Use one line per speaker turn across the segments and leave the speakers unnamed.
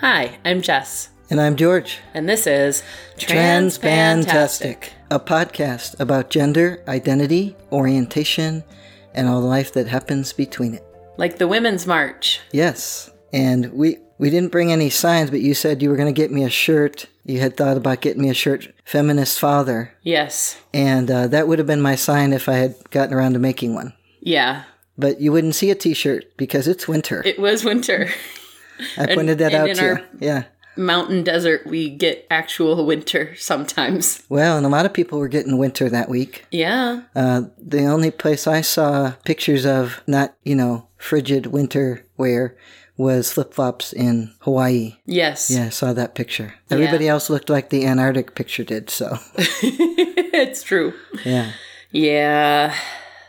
Hi, I'm Jess,
And I'm George.
and this is
Transpantastic, a podcast about gender, identity, orientation, and all the life that happens between it.
like the Women's March.
Yes. And we we didn't bring any signs, but you said you were going to get me a shirt. You had thought about getting me a shirt, feminist father,
Yes,
and uh, that would have been my sign if I had gotten around to making one.
yeah,
But you wouldn't see a T-shirt because it's winter.
it was winter.
I pointed that
and
out
in
to
our-
you. Yeah.
Mountain desert, we get actual winter sometimes.
Well, and a lot of people were getting winter that week.
Yeah,
Uh, the only place I saw pictures of not, you know, frigid winter wear was flip flops in Hawaii.
yes,
Yeah, I saw that picture. Everybody else looked like the Antarctic picture did, so
it's true.
yeah.
Yeah.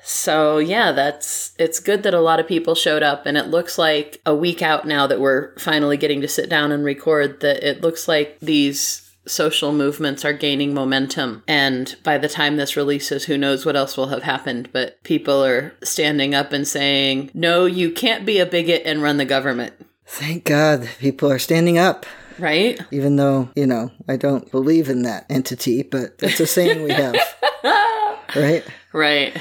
So, yeah, that's it's good that a lot of people showed up and it looks like a week out now that we're finally getting to sit down and record that it looks like these social movements are gaining momentum and by the time this releases who knows what else will have happened but people are standing up and saying no you can't be a bigot and run the government
Thank God people are standing up,
right
even though, you know, I don't believe in that entity, but that's a saying we have. right?
right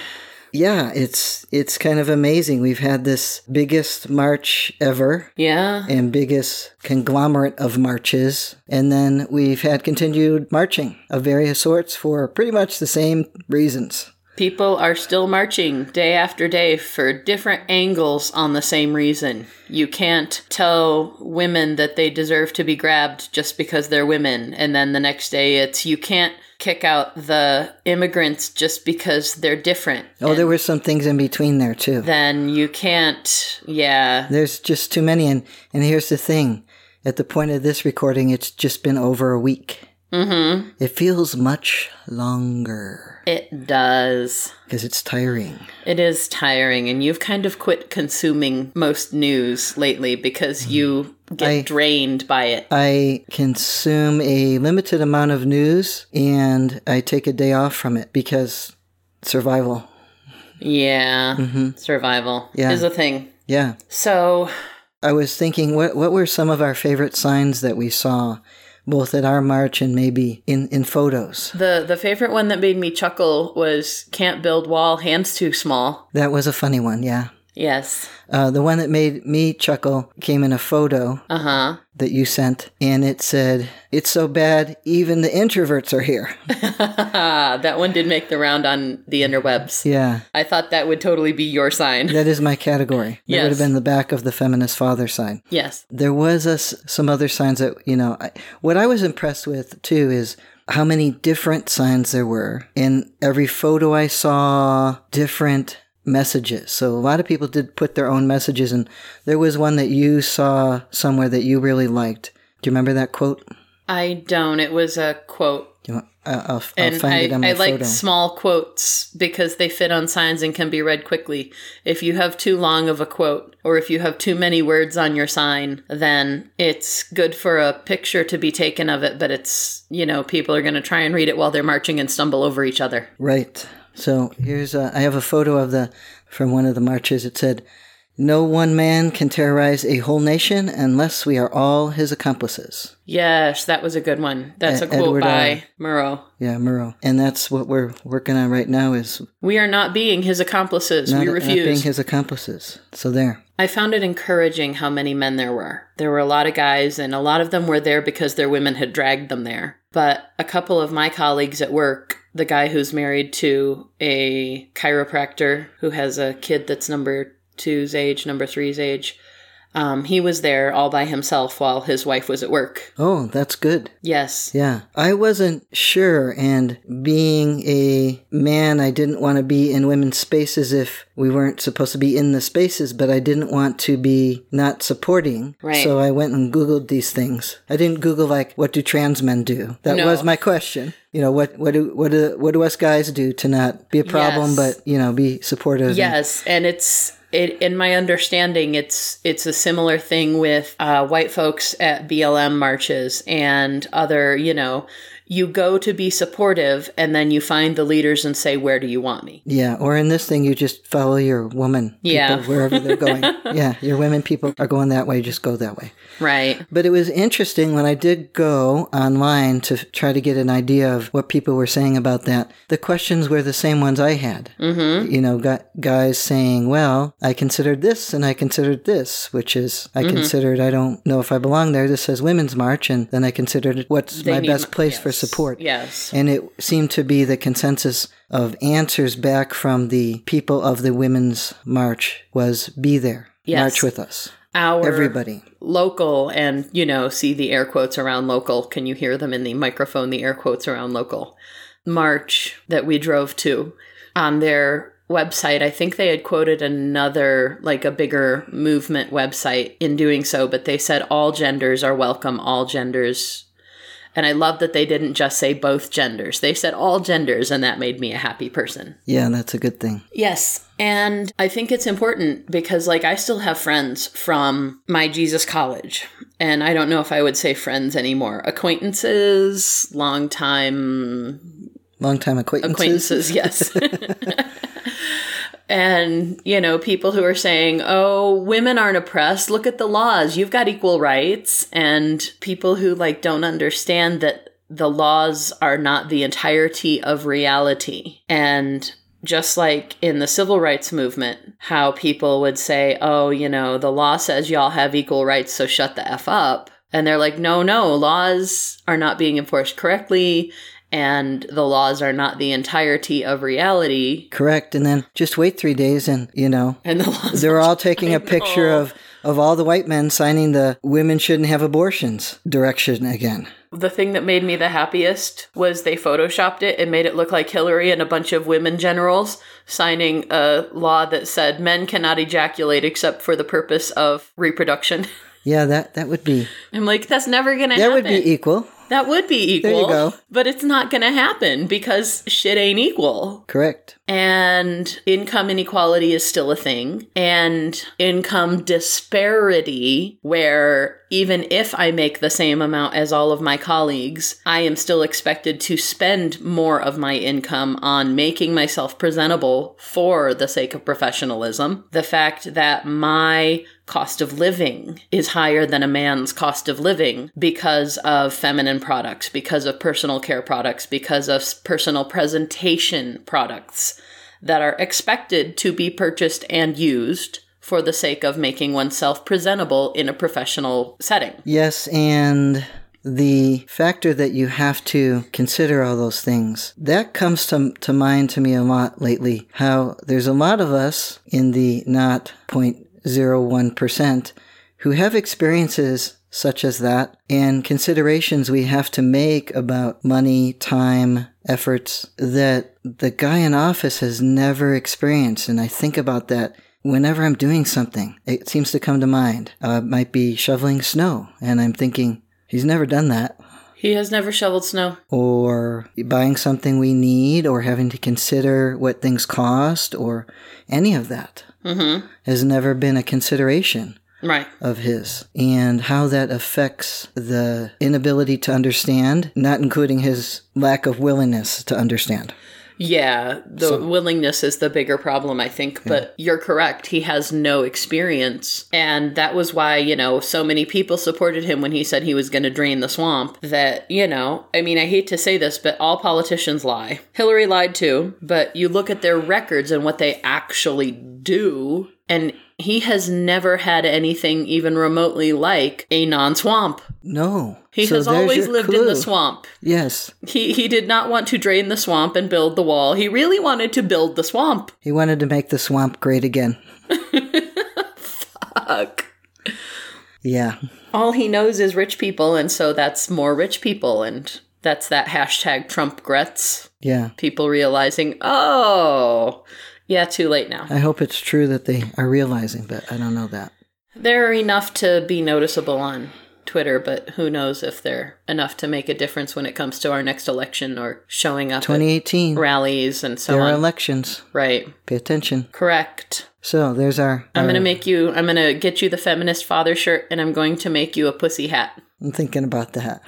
Yeah, it's it's kind of amazing. We've had this biggest march ever
yeah
and biggest conglomerate of marches. And then we've had continued marching of various sorts for pretty much the same reasons.
People are still marching day after day for different angles on the same reason. You can't tell women that they deserve to be grabbed just because they're women. And then the next day it's you can't kick out the immigrants just because they're different.
Oh, there were some things in between there too.
Then you can't, yeah,
There's just too many. And, and here's the thing at the point of this recording, it's just been over a week. Mm-hmm. It feels much longer
it does.
because it's tiring.
It is tiring, and you've kind of quit consuming most news lately because you get
I-
drained by it.
I consume a limited amount of news and I take a day off from it because survival.
Yeah, survival
Mm-hmm. Yeah.
is a thing.
Yeah.
So,
I was thinking, what what were some of our favorite signs that we saw, both at our march and maybe in, in photos?
the the favorite one that made me chuckle was can't build wall, hands too small.
That was a funny one, yeah.
Yes.
Uh, the one that made me chuckle came in a photo
Uh-huh.
that you sent, and it said, "It's so bad, even the introverts are here."
Ah, that one did make the round on the interwebs.
yeah,
I thought that would totally be your sign.
that is my category. That would
Yes.
have been the back of the feminist father sign.
Yes.
There was us some other signs that you know. I, what I was impressed with too is how many different signs there were. In every photo I saw, different messages. So a lot of people did put their own messages, and there was one that you saw somewhere that you really liked. Do you remember that quote?
I don't. It was a quote.
Do you want, I- I'll, I'll
And
find it on my
I, I like
photo.
small quotes because they fit on signs and can be read quickly. If you have too long of a quote or if you have too many words on your sign, then it's good for a picture to be taken of it, but it's, you know, people are going to try and read it while they're marching and stumble over each other.
Right. So here's a, I have a photo of the from one of the marches. It said, "No one man can terrorize a whole nation unless we are all his accomplices."
Yes, that was a good one. That's a
E-
quote
Edward,
by
uh,
Murrow.
Yeah, Murrow. And that's what we're working on right now is
We are not being his accomplices.
not,
we
not being
refuse.
his accomplices. So there.
I found it encouraging how many men there were. There were a lot of guys, and a lot of them were there because their women had dragged them there. But a couple of my colleagues at work, the guy who's married to a chiropractor who has a kid that's number two's age, number three's age, um, he was there all by himself while his wife was at work.
Oh, that's good.
Yes.
Yeah. I wasn't sure and being a man I didn't want to be in women's spaces if we weren't supposed to be in the spaces, but I didn't want to be not supporting.
Right.
So I went and googled these things. I didn't google like what do trans men do? That
No.
was my question. You know, what what do what do what do us guys do to not be a problem
Yes.
but, you know, be supportive and-
Yes. And it's. It, in my understanding, it's it's a similar thing with uh, white folks at BLM marches and other, you know, you go to be supportive and then you find the leaders and say, Where do you want me?
Yeah, or in this thing, you just follow your woman.
Yeah.
people wherever they're going. yeah, your women people are going that way, just go that way.
Right.
But it was interesting when I did go online to f- try to get an idea of what people were saying about that. The questions were the same ones I had. Mm-hmm. You know, gu guys saying, well, I considered this and I considered this, which is, I
Mm-hmm.
considered, I don't know if I belong there. This says Women's March. And then I considered what's
They
my
need
best
my-
place for
yes.
support.
Yes.
And it seemed to be the consensus of answers back from the people of the Women's March was be there,
Yes.
march with us,
Our
everybody.
local and you know see the air quotes around local can you hear them in the microphone the air quotes around local march that we drove to on their website i think they had quoted another like a bigger movement website in doing so but they said all genders are welcome all genders and i love that they didn't just say both genders they said all genders and that made me a happy person
Yeah, that's a good thing.
Yes. And I think it's important because, like, I still have friends from my Jesus college. And I don't know if I would say friends anymore. Acquaintances, longtime
Long time acquaintances.
acquaintances, yes. and, you know, people who are saying, oh, women aren't oppressed. Look at the laws. You've got equal rights. And people who, like, don't understand that the laws are not the entirety of reality. And just like in the civil rights movement, how people would say, oh, you know, the law says y'all have equal rights, so shut the F up. And they're like, no, no, laws are not being enforced correctly and the laws are not the entirety of reality.
Correct. And then just wait three days and, you know,
And the laws
they're all taking a picture
know.
of, of all the white men signing the women shouldn't have abortions direction again.
the thing that made me the happiest was they photoshopped it and made it look like Hillary and a bunch of women generals signing a law that said men cannot ejaculate except for the purpose of reproduction.
Yeah, that, that would be,
I'm like, that's never gonna
that
happen.
would be equal.
that would be equal.
you go.
But it's not gonna happen because shit ain't equal.
Correct.
and income inequality is still a thing and income disparity where even if i make the same amount as all of my colleagues i am still expected to spend more of my income on making myself presentable for the sake of professionalism the fact that my cost of living is higher than a man's cost of living because of feminine products, because of personal care products, because of s- personal presentation products that are expected to be purchased and used for the sake of making oneself presentable in a professional setting.
Yes, and the factor that you have to consider all those things that comes to, to mind to me a lot lately how there's a lot of us in the not 0.01% who have experiences such as that and considerations we have to make about money time efforts that the guy in office has never experienced and i think about that whenever I'm doing something, it seems to come to mind. Uh, it might be shoveling snow, and I'm thinking, he's never done that.
He has never shoveled snow.
Or buying something we need, or having to consider what things cost, or any of that
Mm
has never been a consideration
hmm. Right.
of his, and how that affects the inability to understand, not including his lack of willingness to understand.
Yeah, the willingness is the bigger problem, I think. But you're correct. He has no experience. And that was why, you know, so many people supported him when he said he was going to drain the swamp. That, you know, I mean, I hate to say this, but all politicians lie. Hillary lied too, but you look at their records and what they actually do. And he has never had anything even remotely like a non swamp.
No.
He
So
has
there's
always
your
lived in the
clue.
swamp.
Yes.
He he did not want to drain the swamp and build the wall. He really wanted to build the swamp.
He wanted to make the swamp great again.
Fuck.
Yeah.
All he knows is rich people, and so that's more rich people, and that's that hashtag Trump grets.
Yeah.
People realizing, oh, yeah, too late now.
I hope it's true that they are realizing, but I don't know that.
There are enough to be noticeable on Twitter, but who knows if they're enough to make a difference when it comes to our next election or showing up at
2018,
rallies and so
there are
on.
elections.
right.
Pay attention.
Correct.
So there's our.
I'm gonna
our-
make you. I'm gonna get you the feminist father shirt, and I'm going to make you a pussy hat.
I'm thinking about that.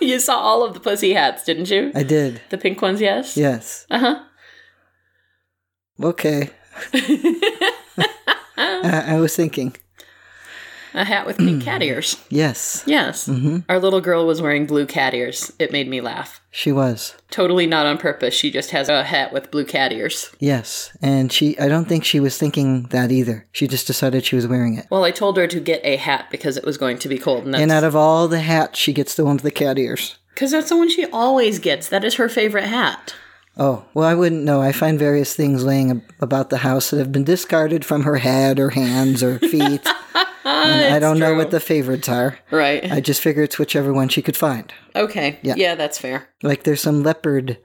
you saw all of the pussy hats, didn't you?
I did.
The pink ones, yes?
Yes.
Uh huh.
Okay. I, I was thinking.
A hat with pink cat ears.
Yes.
Yes.
Mhm.
Our little girl was wearing blue cat ears. It made me laugh.
She was.
Totally not on purpose. She just has a hat with blue cat ears.
Yes. And she I don't think she was thinking that either. She just decided she was wearing it.
Well, I told her to get a hat because it was going to be cold. And
And
that's
out of all the hats, she gets the one with the cat ears.
because that's the one she always gets. That is her favorite hat.
Oh, well, I wouldn't know. I find various things laying ab- about the house that have been discarded from her head or hands or feet. and I don't know what the favorites are.
Right.
I just figure it's whichever one she could find.
okay. Yeah. yeah, that's fair.
Like there's some leopard,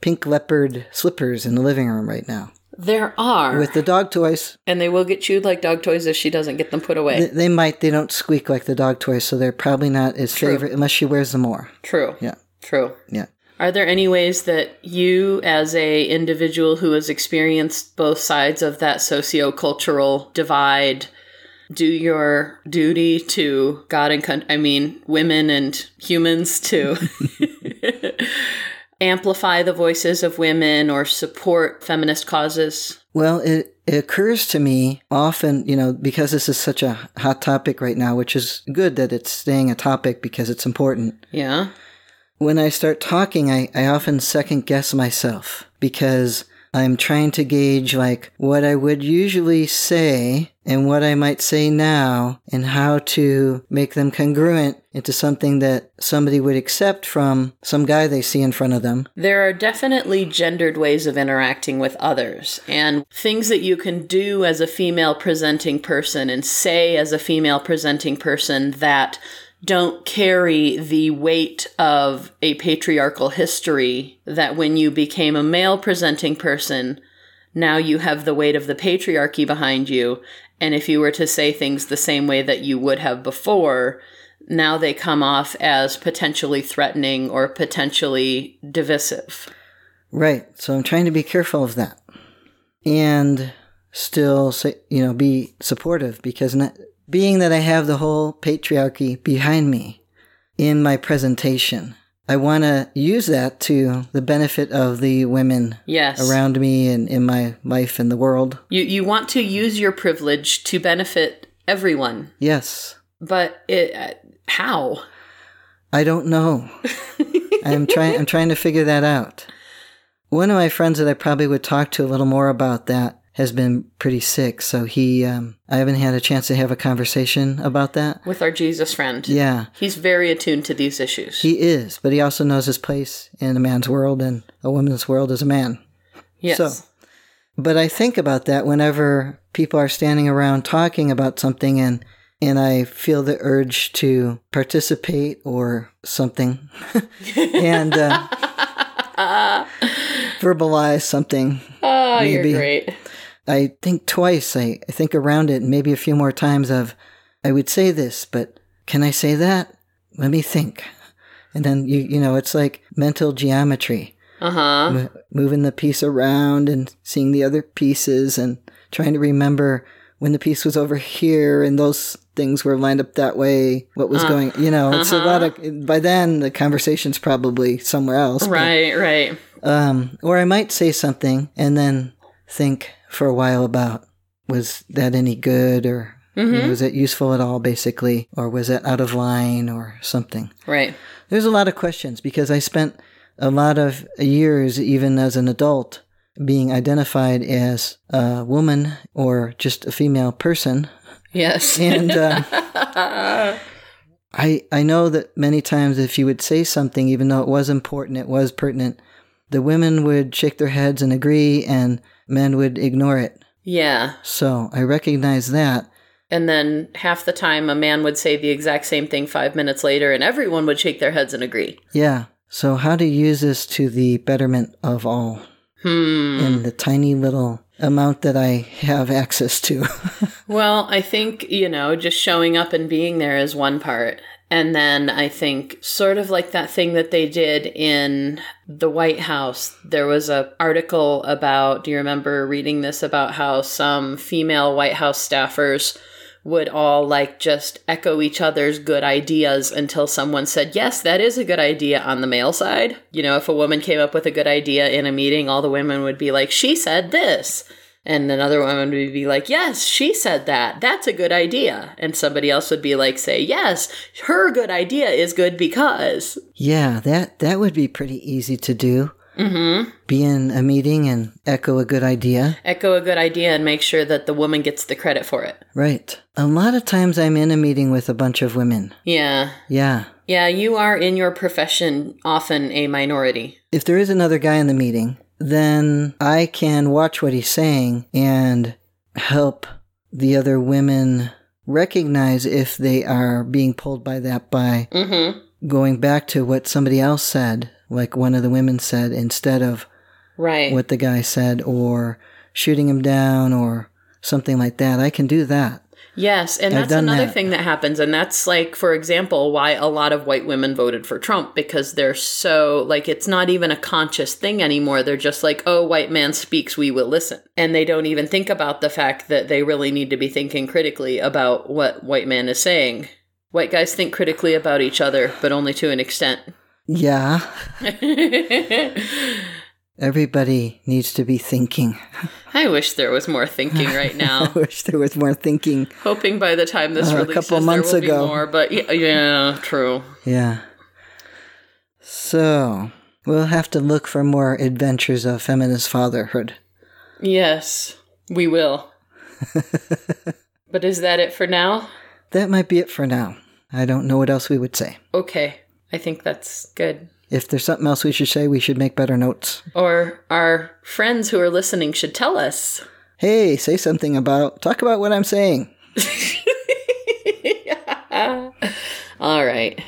pink leopard slippers in the living room right now
There are.
with the dog toys.
and they will get chewed like dog toys if she doesn't get them put away.
They, they might they don't squeak like the dog toys, so they're probably not as favorite unless she wears them more.
True.
Yeah.
True.
Yeah.
Are there any ways that you, as a individual who has experienced both sides of that socio-cultural divide, do your duty to God and coun- I mean women and humans to amplify the voices of women or support feminist causes?
Well, it, it occurs to me often, you know, because this is such a hot topic right now, which is good that it's staying a topic because it's important.
Yeah.
When I start talking, I, I often second guess myself because I'm trying to gauge like what I would usually say and what I might say now and how to make them congruent into something that somebody would accept from some guy they see in front of them.
There are definitely gendered ways of interacting with others and things that you can do as a female presenting person and say as a female presenting person that don't carry the weight of a patriarchal history that when you became a male presenting person, now you have the weight of the patriarchy behind you. And if you were to say things the same way that you would have before, now they come off as potentially threatening or potentially divisive.
Right. So I'm trying to be careful of that and still say, you know, be supportive because not, being that I have the whole patriarchy behind me in my presentation, I want to use that to the benefit of the women
Yes.
around me and in my life and the world.
You you want to use your privilege to benefit everyone,
Yes.
but it uh, how?
I don't know. I'm trying I'm trying to figure that out. One of my friends that I probably would talk to a little more about that has been pretty sick, so he um, I haven't had a chance to have a conversation about that.
With our Jesus friend.
Yeah.
He's very attuned to these issues.
He is, but he also knows his place in a man's world and a woman's world as a man.
yes.
so- But I think about that whenever people are standing around talking about something and and I feel the urge to participate or something and uh, verbalize something.
oh,
maybe.
Ah, you're great.
I think twice, I, I think around it, maybe a few more times of I would say this, but can I say that? Let me think. And then you you know, it's like mental geometry.
Uh-huh.
M- moving the piece around and seeing the other pieces and trying to remember when the piece was over here and those things were lined up that way what was going you know it's a lot of by then the conversation's probably somewhere else but,
Right, right.
um or i might say something and then think for a while about was that any good or you
Mm-hmm.
know, was it useful at all basically or was it out of line or something
Right.
there's a lot of questions because I spent a lot of years, even as an adult, being identified as a woman or just a female person.
Yes.
And uh, I, I know that many times if you would say something, even though it was important, it was pertinent, the women would shake their heads and agree, and men would ignore it.
yeah.
So I recognize that.
And then half the time, a man would say the exact same thing five minutes later, and everyone would shake their heads and agree.
Yeah. So, how to use this to the betterment of all?
Hmm.
in the tiny little amount that I have access to.
Well, I think, you know, just showing up and being there is one part. And then I think sort of like that thing that they did in the White House. There was a article about, do you remember reading this about how some female White House staffers would all like just echo each other's good ideas until someone said, Yes, that is a good idea on the male side. You know, if a woman came up with a good idea in a meeting, all the women would be like, She said this. And another woman would be like, Yes, she said that. That's a good idea. And somebody else would be like, Say, Yes, her good idea is good because.
Yeah, that that would be pretty easy to do.
Mm-hmm.
Be in a meeting and echo a good idea.
Echo a good idea and make sure that the woman gets the credit for it.
Right. A lot of times I'm in a meeting with a bunch of women.
Yeah.
Yeah.
Yeah, you are in your profession often a minority.
If there is another guy in the meeting, then I can watch what he's saying and help the other women recognize if they are being pulled by that by
Mm-hmm.
going back to what somebody else said, like one of the women said, instead of
Right.
what the guy said, or shooting him down, or something like that. I can do that.
Yes, and
I've
that's
done
another
that.
thing that happens. And that's like, for example, why a lot of white women voted for Trump because they're so, like, it's not even a conscious thing anymore. They're just like, oh, white man speaks, we will listen. And they don't even think about the fact that they really need to be thinking critically about what white man is saying. White guys think critically about each other, but only to an extent.
Yeah, everybody needs to be thinking.
I wish there was more thinking right
I
now.
wish there was more thinking.
Hoping by the time this
Uh, a
releases,
couple months
there will
ago.
be more. But yeah, yeah, true.
Yeah. So, we'll have to look for more adventures of feminist fatherhood.
Yes, we will. but is that it for now?
That might be it for now. I don't know what else we would say.
Okay, I think that's good.
If there's something else we should say, we should make better notes.
Or our friends who are listening should tell us.
Hey, say something about, talk about what I'm saying.
All right.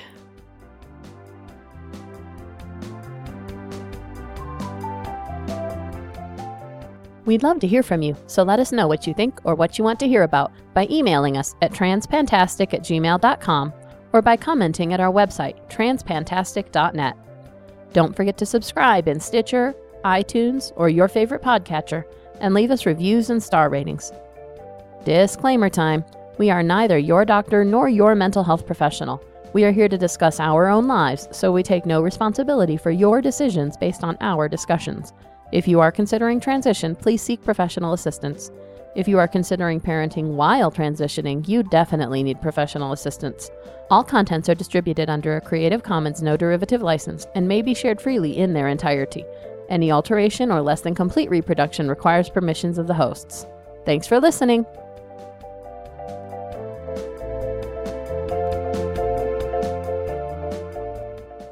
We'd love to hear from you, so let us know what you think or what you want to hear about by emailing us at transpantastic at gmail.com or by commenting at our website, transpantastic.net. Don't forget to subscribe in Stitcher, iTunes, or your favorite podcatcher, and leave us reviews and star ratings. Disclaimer time we are neither your doctor nor your mental health professional. We are here to discuss our own lives, so we take no responsibility for your decisions based on our discussions. If you are considering transition, please seek professional assistance. If you are considering parenting while transitioning, you definitely need professional assistance. All contents are distributed under a Creative Commons no derivative license and may be shared freely in their entirety. Any alteration or less than complete reproduction requires permissions of the hosts. Thanks for listening!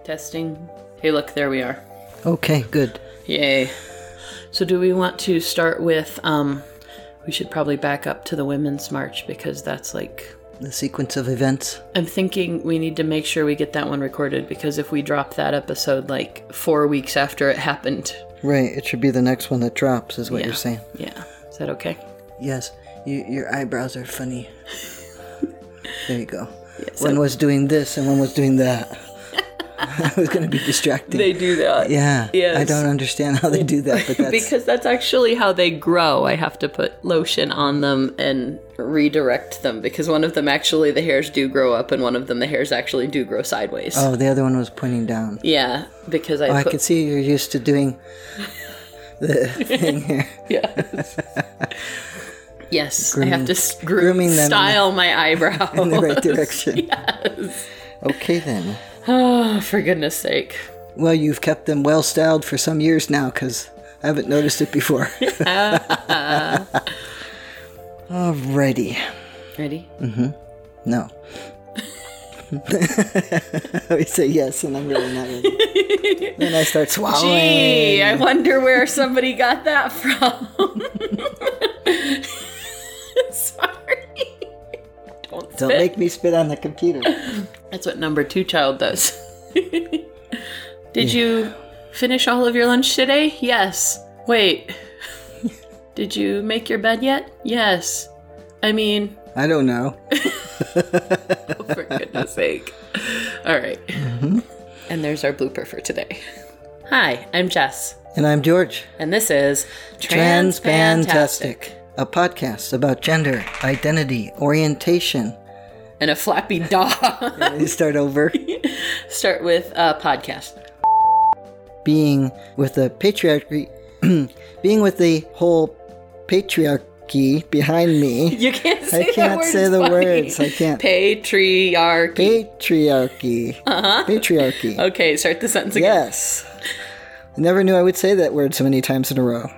Testing. Hey, look, there we are.
Okay, good.
Yay. So, do we want to start with? Um, we should probably back up to the Women's March because that's like.
The sequence of events.
I'm thinking we need to make sure we get that one recorded because if we drop that episode like four weeks after it happened,
Right, it should be the next one that drops, is what
Yeah.
you're saying.
yeah. Is that okay?
Yes, you, your eyebrows are funny. there you go.
Yes.
one was doing this and one was doing that. I was going to be distracting.
They do that.
yeah. I
Yes.
don't understand how they do that, but that's
because that's actually how they grow. I have to put lotion on them and redirect them because one of them actually the hairs do grow up and one of them the hairs actually do grow sideways.
Oh, the other one was pointing down.
Yeah, because I
Oh, I
put
can see you're used to doing the thing here.
yes. yes, I have
Grooming-
to s- groom,
grooming them in the-
style my eyebrow
in the right direction.
yes.
Okay then.
Oh, for goodness sake.
Well, you've kept them well styled for some years now cuz I haven't noticed it before. Alrighty.
Ready?
No. we say yes, and I'm really not ready. then I start swallowing.
Gee, I wonder where somebody got that from. Sorry. Don't
Don't
spit.
make me spit on the computer.
That's what number two child does. Did you finish all of your lunch today? Yes. Wait. Did you make your bed yet? Yes. I mean,
I don't know.
for goodness sake. All right.
Mm-hmm.
And there's our blooper for today. Hi, I'm Jess,
And I'm George.
and this is
Transpantastic, a podcast about gender, identity, orientation.
and a flappy dog.
You start over.
Start with uh, podcast.
being with the patriarchy, being with the whole patriarchy behind me.
You can't say
I
that
can't
word,
say
it's
the
funny.
words, I can't.
Patriarchy.
Patriarchy. Uh-huh. Patriarchy.
okay, start the sentence again.
Yes. I never knew I would say that word so many times in a row.